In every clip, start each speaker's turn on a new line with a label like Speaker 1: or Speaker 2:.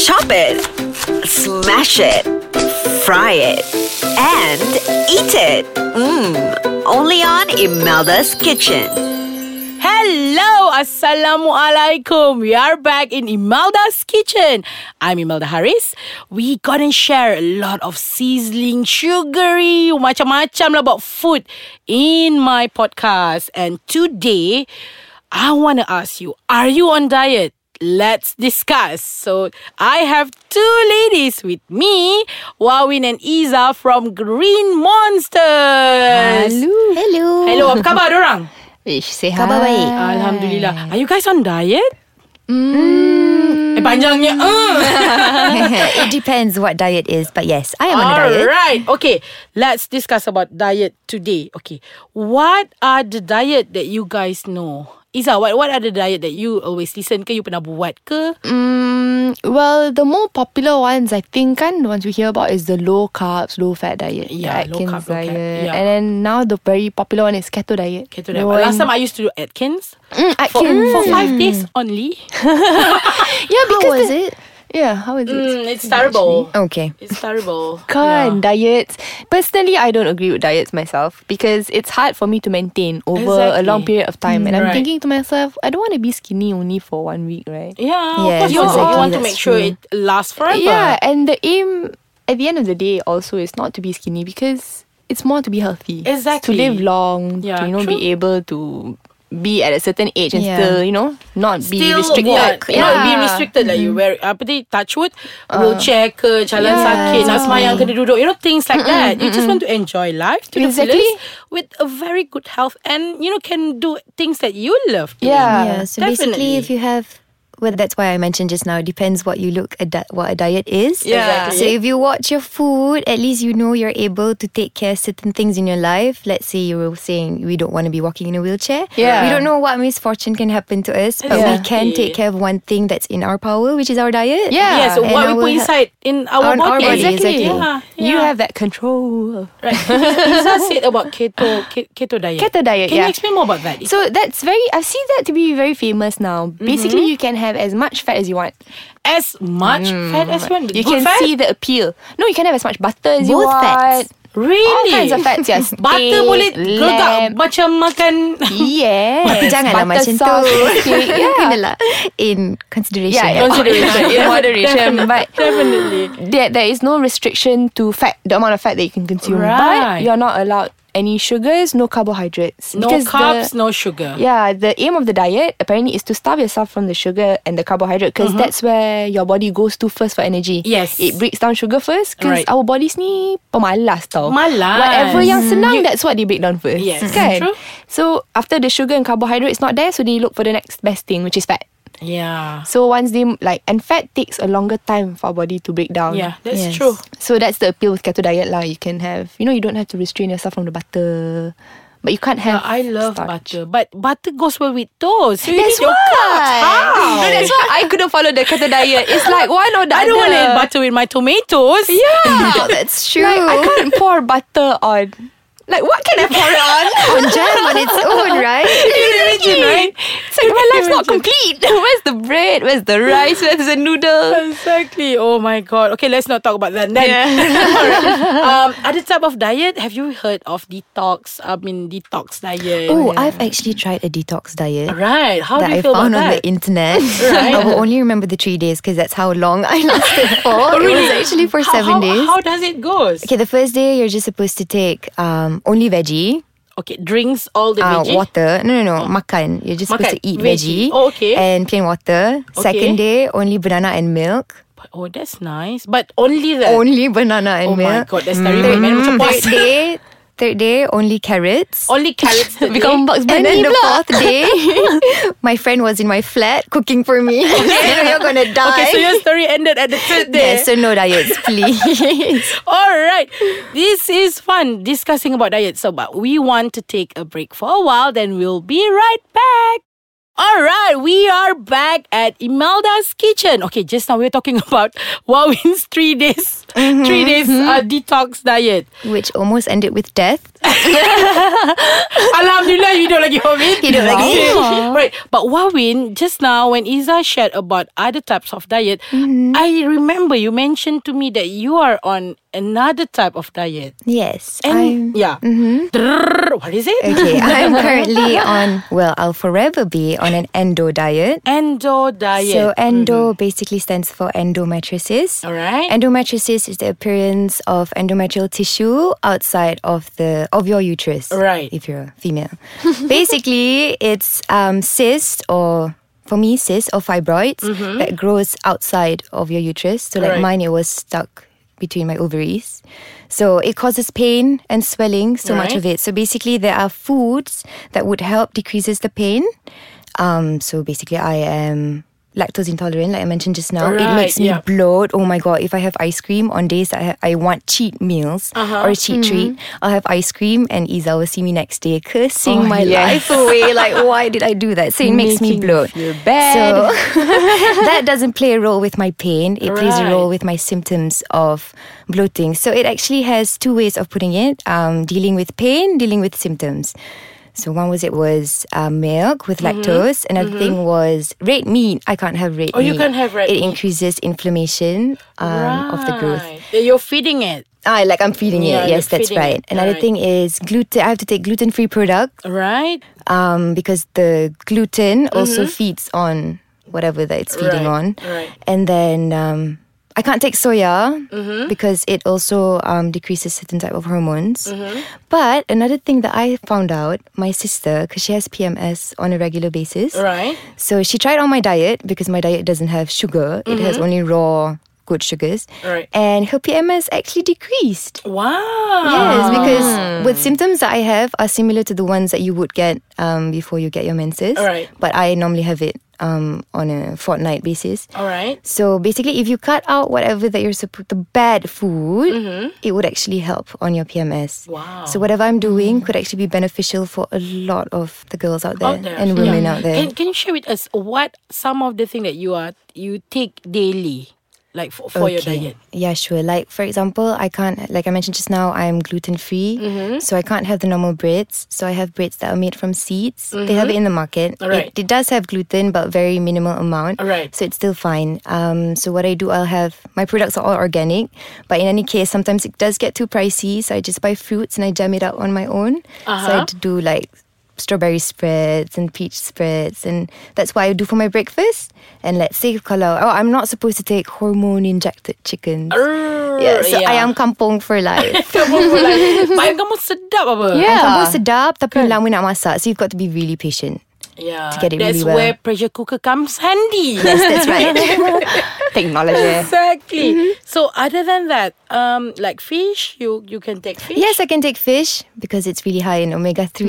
Speaker 1: Chop it, smash it, fry it, and eat it. Mmm, only on Imelda's Kitchen.
Speaker 2: Hello, Assalamualaikum. We are back in Imelda's kitchen. I'm Imelda Harris. We gonna share a lot of sizzling, sugary, macam-macam lah about food in my podcast. And today, I wanna ask you: Are you on diet? Let's discuss. So I have two ladies with me, Wawin and Iza from Green Monsters.
Speaker 3: Hello.
Speaker 2: Hello, apa khabar dorang?
Speaker 3: Ish, sihat.
Speaker 4: Khabar baik?
Speaker 2: Alhamdulillah. Are you guys on diet? Mm. Eh, panjangnya. Uh.
Speaker 4: it depends what diet is, but yes, I am on a diet.
Speaker 2: Alright. Okay. Let's discuss about diet today. Okay. What are the diet that you guys know? Isa, what, what are the diet that you always listen ke? You pernah buat ke?
Speaker 3: Mm, well, the more popular ones I think kan, the ones we hear about is the low carbs, low fat diet.
Speaker 2: Yeah,
Speaker 3: the
Speaker 2: low carb,
Speaker 3: Atkins
Speaker 2: low carb,
Speaker 3: diet.
Speaker 2: yeah.
Speaker 3: And then now the very popular one is keto diet.
Speaker 2: Keto diet. Last time I used to do Atkins.
Speaker 3: mm,
Speaker 2: For,
Speaker 3: Atkins.
Speaker 2: for five days only.
Speaker 3: Yeah,
Speaker 4: How
Speaker 3: because
Speaker 4: was
Speaker 3: the-
Speaker 4: it?
Speaker 3: Yeah, how is it?
Speaker 2: Mm, it's terrible.
Speaker 4: Okay.
Speaker 2: It's terrible.
Speaker 3: Kan diets. Personally, I don't agree with diets myself because it's hard for me to maintain over a
Speaker 2: Exactly.
Speaker 3: long period of time. and I'm
Speaker 2: right.
Speaker 3: thinking to myself, I don't want to be skinny only for one week, right?
Speaker 2: Yeah, of
Speaker 4: Yes,
Speaker 2: course. You also
Speaker 4: exactly,
Speaker 2: want to
Speaker 4: that's
Speaker 2: make sure
Speaker 4: true.
Speaker 2: it lasts forever.
Speaker 3: Yeah, and the aim at the end of the day also is not to be skinny because it's more to be healthy. It's
Speaker 2: Exactly.
Speaker 3: to live long,
Speaker 2: Yeah,
Speaker 3: to, you know,
Speaker 2: true.
Speaker 3: be able to be at a certain age and
Speaker 4: Yeah.
Speaker 3: still, you know, not be restricted.
Speaker 2: walk,
Speaker 3: yeah. Mm-hmm. Uh-huh.
Speaker 2: yeah. be restricted like you wear apa ni touchwood wheelchair ke jalan
Speaker 3: yeah,
Speaker 2: sakit nak
Speaker 3: exactly.
Speaker 2: semayang kena duduk you know things like that you just want to enjoy life to the
Speaker 3: Exactly.
Speaker 2: fullest with a very good health and you know can do things that you love doing.
Speaker 3: Yeah.
Speaker 4: yeah. Uh, So basically,
Speaker 2: definitely.
Speaker 4: if you have, well, that's why I mentioned just now. It depends what you look at, di- what a diet is.
Speaker 2: Yeah.
Speaker 4: So if you watch your food, at least you know you're able to take care of certain things in your life. Let's say you were saying we don't want to be walking in a wheelchair. We
Speaker 3: Yeah.
Speaker 4: don't know what misfortune can happen to us, but we
Speaker 2: Exactly.
Speaker 4: can take care of one thing that's in our power, which is our diet.
Speaker 2: yeah,
Speaker 3: Yeah.
Speaker 2: so
Speaker 4: And
Speaker 2: what we
Speaker 4: our
Speaker 2: put
Speaker 4: he-
Speaker 2: inside in our
Speaker 4: on our
Speaker 2: body,
Speaker 4: body, exactly.
Speaker 3: Exactly.
Speaker 2: Yeah, yeah.
Speaker 3: You have that control.
Speaker 2: right. Isa said about keto ke- keto diet.
Speaker 3: Keto diet,
Speaker 2: Can you
Speaker 3: yeah.
Speaker 2: explain more about that?
Speaker 3: So that's very I've seen that to be very famous now.
Speaker 2: Mm-hmm.
Speaker 3: Basically you can have as much fat as you want.
Speaker 2: as much fat as you want.
Speaker 3: Mm. You
Speaker 2: Good
Speaker 3: can
Speaker 2: fat?
Speaker 3: see the appeal. No, you can have as much butter as you
Speaker 4: Both
Speaker 3: want.
Speaker 4: fats.
Speaker 3: All
Speaker 2: really
Speaker 3: kinds of fats, yes.
Speaker 2: Butter
Speaker 3: Steak,
Speaker 2: boleh gelegak
Speaker 3: lamb.
Speaker 2: macam makan
Speaker 3: Yes.
Speaker 4: Tapi janganlah macam
Speaker 3: Butter
Speaker 4: tu.
Speaker 3: sauce, steak, yeah.
Speaker 4: Kenalah in consideration.
Speaker 3: Yeah, yeah.
Speaker 2: Consideration. Oh,
Speaker 3: In moderation, but
Speaker 2: Definitely.
Speaker 3: there, there is no restriction to fat, the amount of fat that you can consume.
Speaker 2: Right.
Speaker 3: But you're not allowed any sugars, no carbohydrates.
Speaker 2: No
Speaker 3: Because the-
Speaker 2: carbs, no sugar.
Speaker 3: yeah, the aim of the diet apparently is to starve yourself from the sugar and the carbohydrate because that's where your body goes to first for energy.
Speaker 2: Mm-hmm. Yes.
Speaker 3: It breaks down sugar first because
Speaker 2: Right.
Speaker 3: our bodies ni pemalas tau.
Speaker 2: Malas.
Speaker 3: Whatever yang senang,
Speaker 2: You-
Speaker 3: that's what they break down first.
Speaker 2: Yes.
Speaker 3: Kan?
Speaker 2: True.
Speaker 3: So after the sugar and carbohydrate is not there, so they look for the next best thing, which is fat.
Speaker 2: Yeah.
Speaker 3: So once they like and fat takes a longer time for our body to break down.
Speaker 2: Yeah, that's
Speaker 4: Yes.
Speaker 2: true.
Speaker 3: So that's the appeal with keto diet lah. You can have you know you don't have to restrain yourself from the butter, but you can't have.
Speaker 2: Uh, I love
Speaker 3: starch.
Speaker 2: butter, but butter goes well with toast. So you
Speaker 3: That's
Speaker 2: need your carbs.
Speaker 3: why.
Speaker 2: How?
Speaker 3: No, that's why I couldn't follow the keto diet. It's like one or the
Speaker 2: I don't want to
Speaker 3: other.
Speaker 2: eat butter with my tomatoes.
Speaker 3: Yeah,
Speaker 4: Oh, that's true.
Speaker 3: like I can't pour butter on. Like what can I pour it on?
Speaker 4: on jam on its own, right?
Speaker 2: Can you imagine, right?
Speaker 3: It's like my life's not complete. Where's the bread? Where's the rice? Where's the noodles?
Speaker 2: Exactly. Oh my god. Okay, let's not talk about that then. Alright. um, other type of diet? Have you heard of detox? I mean, detox diet.
Speaker 4: Oh, I've actually tried a detox diet
Speaker 2: Right. How do
Speaker 4: that
Speaker 2: you
Speaker 4: I
Speaker 2: feel
Speaker 4: found on
Speaker 2: about that?
Speaker 4: the internet.
Speaker 2: Right.
Speaker 4: I will only remember the three days because that's how long I lasted for. It was actually for
Speaker 2: How- how-
Speaker 4: seven days.
Speaker 2: How does it go? Okay,
Speaker 4: Okay, the first day you're just supposed to take um, only veggie,
Speaker 2: drinks all the
Speaker 4: uh,
Speaker 2: veggie.
Speaker 4: water. No, no, no, makan. You're just supposed
Speaker 2: Makan,
Speaker 4: to eat
Speaker 2: veggie.
Speaker 4: veggie,
Speaker 2: Oh, okay.
Speaker 4: and plain water. Second day only banana and milk.
Speaker 2: Oh, that's nice. But only that.
Speaker 4: Only banana
Speaker 2: oh
Speaker 4: and
Speaker 2: my
Speaker 4: milk.
Speaker 2: god, that's terrible.
Speaker 4: Mm.
Speaker 2: Man, macam
Speaker 4: Mm-hmm. Third
Speaker 2: poison.
Speaker 4: day, third day only carrots.
Speaker 2: Only carrots. that
Speaker 3: Become
Speaker 2: day.
Speaker 3: Bugs
Speaker 4: And
Speaker 3: Bunny
Speaker 4: then the
Speaker 3: pula.
Speaker 4: fourth day, my friend was in my flat cooking for me. You know, you're gonna die.
Speaker 2: Okay, so your story ended at the third day.
Speaker 4: yeah, so no diets, please.
Speaker 2: All right. This is fun discussing about diet. So, but we want to take a break for a while, then we'll be right back. All right, we are back at Imelda's kitchen. Okay, just now we were talking about Wawin's three days, three days uh, detox diet.
Speaker 4: which almost ended with death.
Speaker 2: Alhamdulillah, hidup lagi Wawin.
Speaker 4: Hidup lagi.
Speaker 2: Okay. Right, but Wawin, just now when Iza shared about other types of diet,
Speaker 4: Mm-hmm.
Speaker 2: I remember you mentioned to me that you are on another type of diet.
Speaker 4: Yes.
Speaker 2: And yeah,
Speaker 4: Mm-hmm.
Speaker 2: Drrrr, what is it?
Speaker 4: I'm, okay, I'm currently on, well, I'll forever be on an endo diet.
Speaker 2: Endo diet.
Speaker 4: So endo basically stands for endometriosis.
Speaker 2: All right.
Speaker 4: Endometriosis is the appearance of endometrial tissue outside of the of your uterus.
Speaker 2: Right.
Speaker 4: If you're a female. basically, it's um, cyst or for me cyst or fibroids that grows outside of your uterus. So like
Speaker 2: Mm-hmm. Right.
Speaker 4: mine, it was stuck between my ovaries. So it causes pain and swelling. So much
Speaker 2: Right.
Speaker 4: of it. So basically, there are foods that would help decreases the pain. Um, so basically, I am lactose intolerant, like I mentioned just now. it
Speaker 2: Right,
Speaker 4: makes me
Speaker 2: yeah.
Speaker 4: bloat. Oh my god! If I have ice cream on days that I, ha- I want cheat meals
Speaker 2: Uh-huh.
Speaker 4: or a cheat treat,
Speaker 2: Mm-hmm.
Speaker 4: I'll have ice cream, and Isa will see me next day cursing my life away. Like, why did I do that? So it makes
Speaker 2: Oh,
Speaker 4: me
Speaker 2: Making
Speaker 4: bloat.
Speaker 2: you feel bad.
Speaker 4: So that doesn't play a role with my pain. It plays a
Speaker 2: Right.
Speaker 4: role with my symptoms of bloating. So it actually has two ways of putting it: um, dealing with pain, dealing with symptoms. So one was it was uh, milk with
Speaker 2: Mm-hmm.
Speaker 4: lactose. Another thing was red meat. I can't have red
Speaker 2: Oh,
Speaker 4: meat.
Speaker 2: you can't have red
Speaker 4: It
Speaker 2: meat.
Speaker 4: increases inflammation um, of the growth.
Speaker 2: Right. You're feeding it.
Speaker 4: Ah, like I'm feeding
Speaker 2: Yeah,
Speaker 4: it.
Speaker 2: you're
Speaker 4: Yes, that's
Speaker 2: feeding
Speaker 4: right.
Speaker 2: it. Alright.
Speaker 4: Another thing is gluten. I have to take gluten-free product
Speaker 2: Right?
Speaker 4: um, because the gluten also feeds on whatever that it's feeding
Speaker 2: Mm-hmm. Right,
Speaker 4: on.
Speaker 2: right.
Speaker 4: And then um, I can't take soya
Speaker 2: Mm-hmm.
Speaker 4: because it also um, decreases certain type of hormones.
Speaker 2: Mm-hmm.
Speaker 4: But another thing that I found out, my sister, because she has PMS on a regular basis,
Speaker 2: Right.
Speaker 4: so she tried on my diet because my diet doesn't have sugar; it has only raw good sugars.
Speaker 2: Mm-hmm. Right.
Speaker 4: And her PMS actually decreased. Yes,
Speaker 2: Wow.
Speaker 4: because
Speaker 2: Mm.
Speaker 4: with symptoms that I have are similar to the ones that you would get um, before you get your menses.
Speaker 2: Alright.
Speaker 4: But I normally have it um, on a fortnight basis.
Speaker 2: All right.
Speaker 4: So basically, if you cut out whatever that you're supposed the bad food, it would actually help on your PMS.
Speaker 2: Mm-hmm. Wow.
Speaker 4: So whatever I'm doing could actually be beneficial for a lot of the girls out
Speaker 2: Out
Speaker 4: there,
Speaker 2: there.
Speaker 4: and women out there.
Speaker 2: Can, can you share with us what some of the things that you are you take daily, like for, for your diet?
Speaker 4: Yeah, sure. Like for example, I can't like I mentioned just now, I'm gluten free.
Speaker 2: Mm-hmm.
Speaker 4: So I can't have the normal breads. So I have breads that are made from seeds. They have it in the market.
Speaker 2: Mm-hmm. Alright.
Speaker 4: It, it does have gluten but very minimal amount.
Speaker 2: Alright.
Speaker 4: So it's still fine. Um so what I do I'll have my products are all organic. But in any case sometimes it does get too pricey. So I just buy fruits and I jam it out on my own.
Speaker 2: Uh-huh.
Speaker 4: So I do like strawberry spreads and peach spreads and that's what I do for my breakfast and let's say kalau oh I'm not supposed to take hormone injected chickens yeah, so
Speaker 2: yeah.
Speaker 4: ayam kampung for life
Speaker 2: Kamu pun like, Bayang kamu sedap apa?
Speaker 3: Yeah.
Speaker 4: Ayam kampung sedap tapi lama nak masak so you've got to be really patient
Speaker 2: yeah.
Speaker 4: get it
Speaker 2: That's
Speaker 4: really well.
Speaker 2: where pressure cooker comes handy.
Speaker 4: yes that's right Mm-hmm.
Speaker 3: Technology.
Speaker 2: exactly. So other than that, um, like fish, you you can take fish.
Speaker 4: yes I can take fish because it's really high in omega-3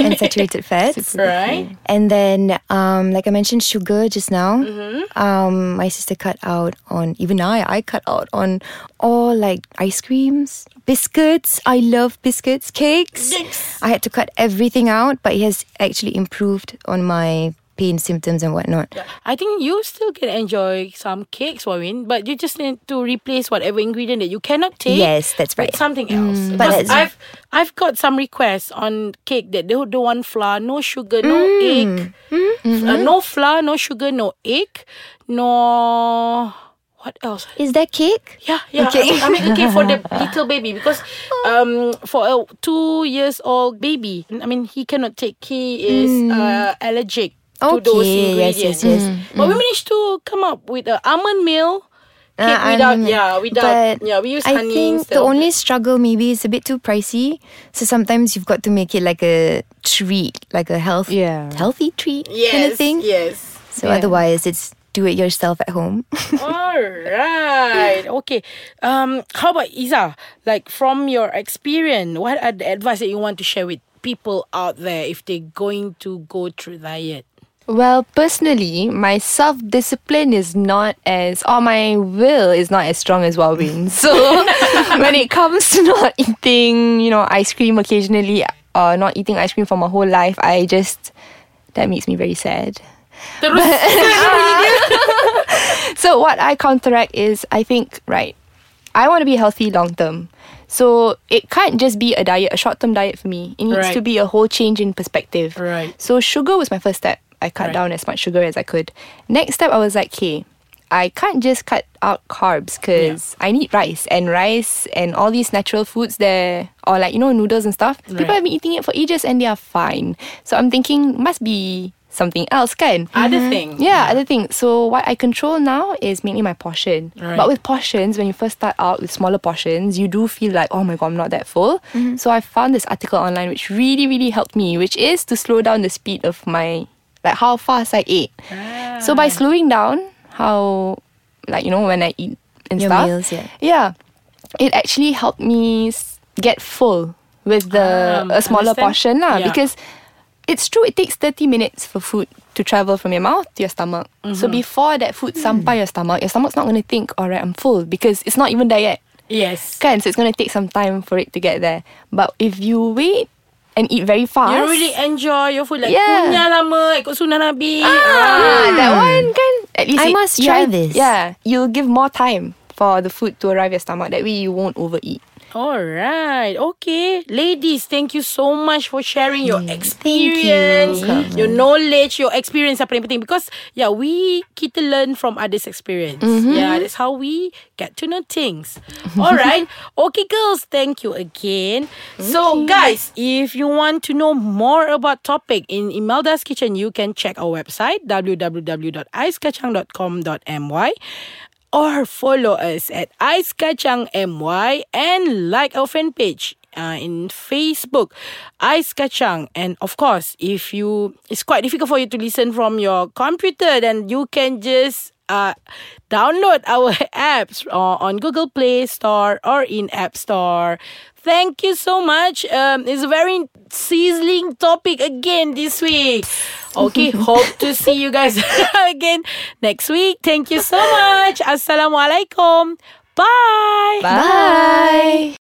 Speaker 4: and saturated fats
Speaker 2: Right.
Speaker 4: and then um, like I mentioned sugar just now um, my sister cut out on even I I cut out on all like ice creams biscuits I love biscuits cakes
Speaker 2: Yes.
Speaker 4: I had to cut everything out but it has actually improved on my pain symptoms and whatnot
Speaker 2: I think you still can enjoy some cakes, Wawin, but you just need to replace whatever ingredient that you cannot take.
Speaker 4: Yes, that's right.
Speaker 2: With something else.
Speaker 4: But
Speaker 2: Because
Speaker 4: that's-
Speaker 2: I've I've got some requests on cake that they don't want flour, no sugar, no
Speaker 4: Mm.
Speaker 2: egg,
Speaker 4: Mm-hmm.
Speaker 2: Uh, no flour, no sugar, no egg, no what else?
Speaker 4: is that cake
Speaker 2: Yeah, yeah.
Speaker 4: Okay.
Speaker 2: I, make, I make a cake for the little baby because um for a two years old baby, I mean he cannot take he is uh, allergic to those
Speaker 4: Hmm. Okay, yes,
Speaker 2: ingredients.
Speaker 4: yes, yes. Hmm.
Speaker 2: But we managed to come up with a almond meal cake
Speaker 4: Uh,
Speaker 2: without
Speaker 4: almond-
Speaker 2: yeah, without
Speaker 4: But
Speaker 2: yeah, we use
Speaker 4: I
Speaker 2: honey
Speaker 4: think
Speaker 2: instead
Speaker 4: the
Speaker 2: of-
Speaker 4: only struggle maybe is a bit too pricey. So sometimes you've got to make it like a treat, like a health,
Speaker 3: Yeah.
Speaker 4: healthy treat
Speaker 2: yes,
Speaker 4: kind of thing.
Speaker 2: Yes.
Speaker 4: So otherwise, it's do it yourself at home.
Speaker 2: All right. Okay. Um, how about Isa? Like from your experience, what are the advice that you want to share with people out there if they're going to go through diet?
Speaker 3: Well, personally, my self discipline is not as, or my will is not as strong as Wawin's. So, when it comes to not eating, you know, ice cream occasionally, or not eating ice cream for my whole life, I just, that makes me very sad.
Speaker 2: Terus
Speaker 3: So what I counteract is I think right, I want to be healthy long term. So it can't just be a diet, a short term diet for me. It needs
Speaker 2: Right.
Speaker 3: to be a whole change in perspective.
Speaker 2: Right.
Speaker 3: So sugar was my first step. I cut
Speaker 2: Right.
Speaker 3: down as much sugar as I could. Next step I was like, okay, I can't just cut out carbs because I need rice and rice and all these natural foods there or like you know noodles and stuff. People
Speaker 2: Right.
Speaker 3: have been eating it for ages and they are fine. So I'm thinking must be something else, kan?
Speaker 2: other thing.
Speaker 3: Yeah, other thing. So what I control now is mainly my portion.
Speaker 2: Right.
Speaker 3: But with portions, when you first start out with smaller portions, you do feel like, oh my god, I'm not that full.
Speaker 4: Mm-hmm.
Speaker 3: So I found this article online which really, really helped me, which is to slow down the speed of my like how fast I ate. So
Speaker 4: Ah.
Speaker 3: by slowing down how like you know when I eat and
Speaker 4: Your
Speaker 3: stuff.
Speaker 4: meals, yeah.
Speaker 3: Yeah. It actually helped me s- get full with the
Speaker 2: Um,
Speaker 3: a smaller
Speaker 2: understand.
Speaker 3: portion lah
Speaker 2: Yeah.
Speaker 3: because it's true it takes 30 minutes for food to travel from your mouth to your stomach so
Speaker 2: Mm-hmm.
Speaker 3: before that food sampai your stomach your stomach's not going to think alright I'm full because it's not even there yet
Speaker 2: Yes.
Speaker 3: kan so it's going to take some time for it to get there but if you wait and eat very fast
Speaker 2: You really enjoy your food like
Speaker 3: Yeah.
Speaker 2: kunyah lama ikut sunnah Nabi.
Speaker 3: Ah, that
Speaker 2: Mm.
Speaker 3: one kan at least
Speaker 4: I
Speaker 3: it-
Speaker 4: must
Speaker 3: you
Speaker 4: try
Speaker 3: have-
Speaker 4: this.
Speaker 3: yeah you'll give more time for the food to arrive your stomach that way you won't overeat
Speaker 2: All right. Okay. Ladies, thank you so much for sharing your experience, your knowledge, your experience apa yang penting because yeah, we kita learn from others' experience. Yeah, that's how we get to know things. All right. Okay girls, thank you again. So guys, if you want to know more about topic in Imelda's kitchen, you can check our website www.icekacang.com.my or follow us at Ice Kacang MY and like our fan page uh, in Facebook, Ice Kacang. And of course, if you it's quite difficult for you to listen from your computer, then you can just uh, download our apps uh, on Google Play Store or in App Store. Thank you so much. Um, it's a very sizzling topic again this week. Okay, hope to see you guys again next week. Thank you so much. Assalamualaikum. Bye.
Speaker 3: bye.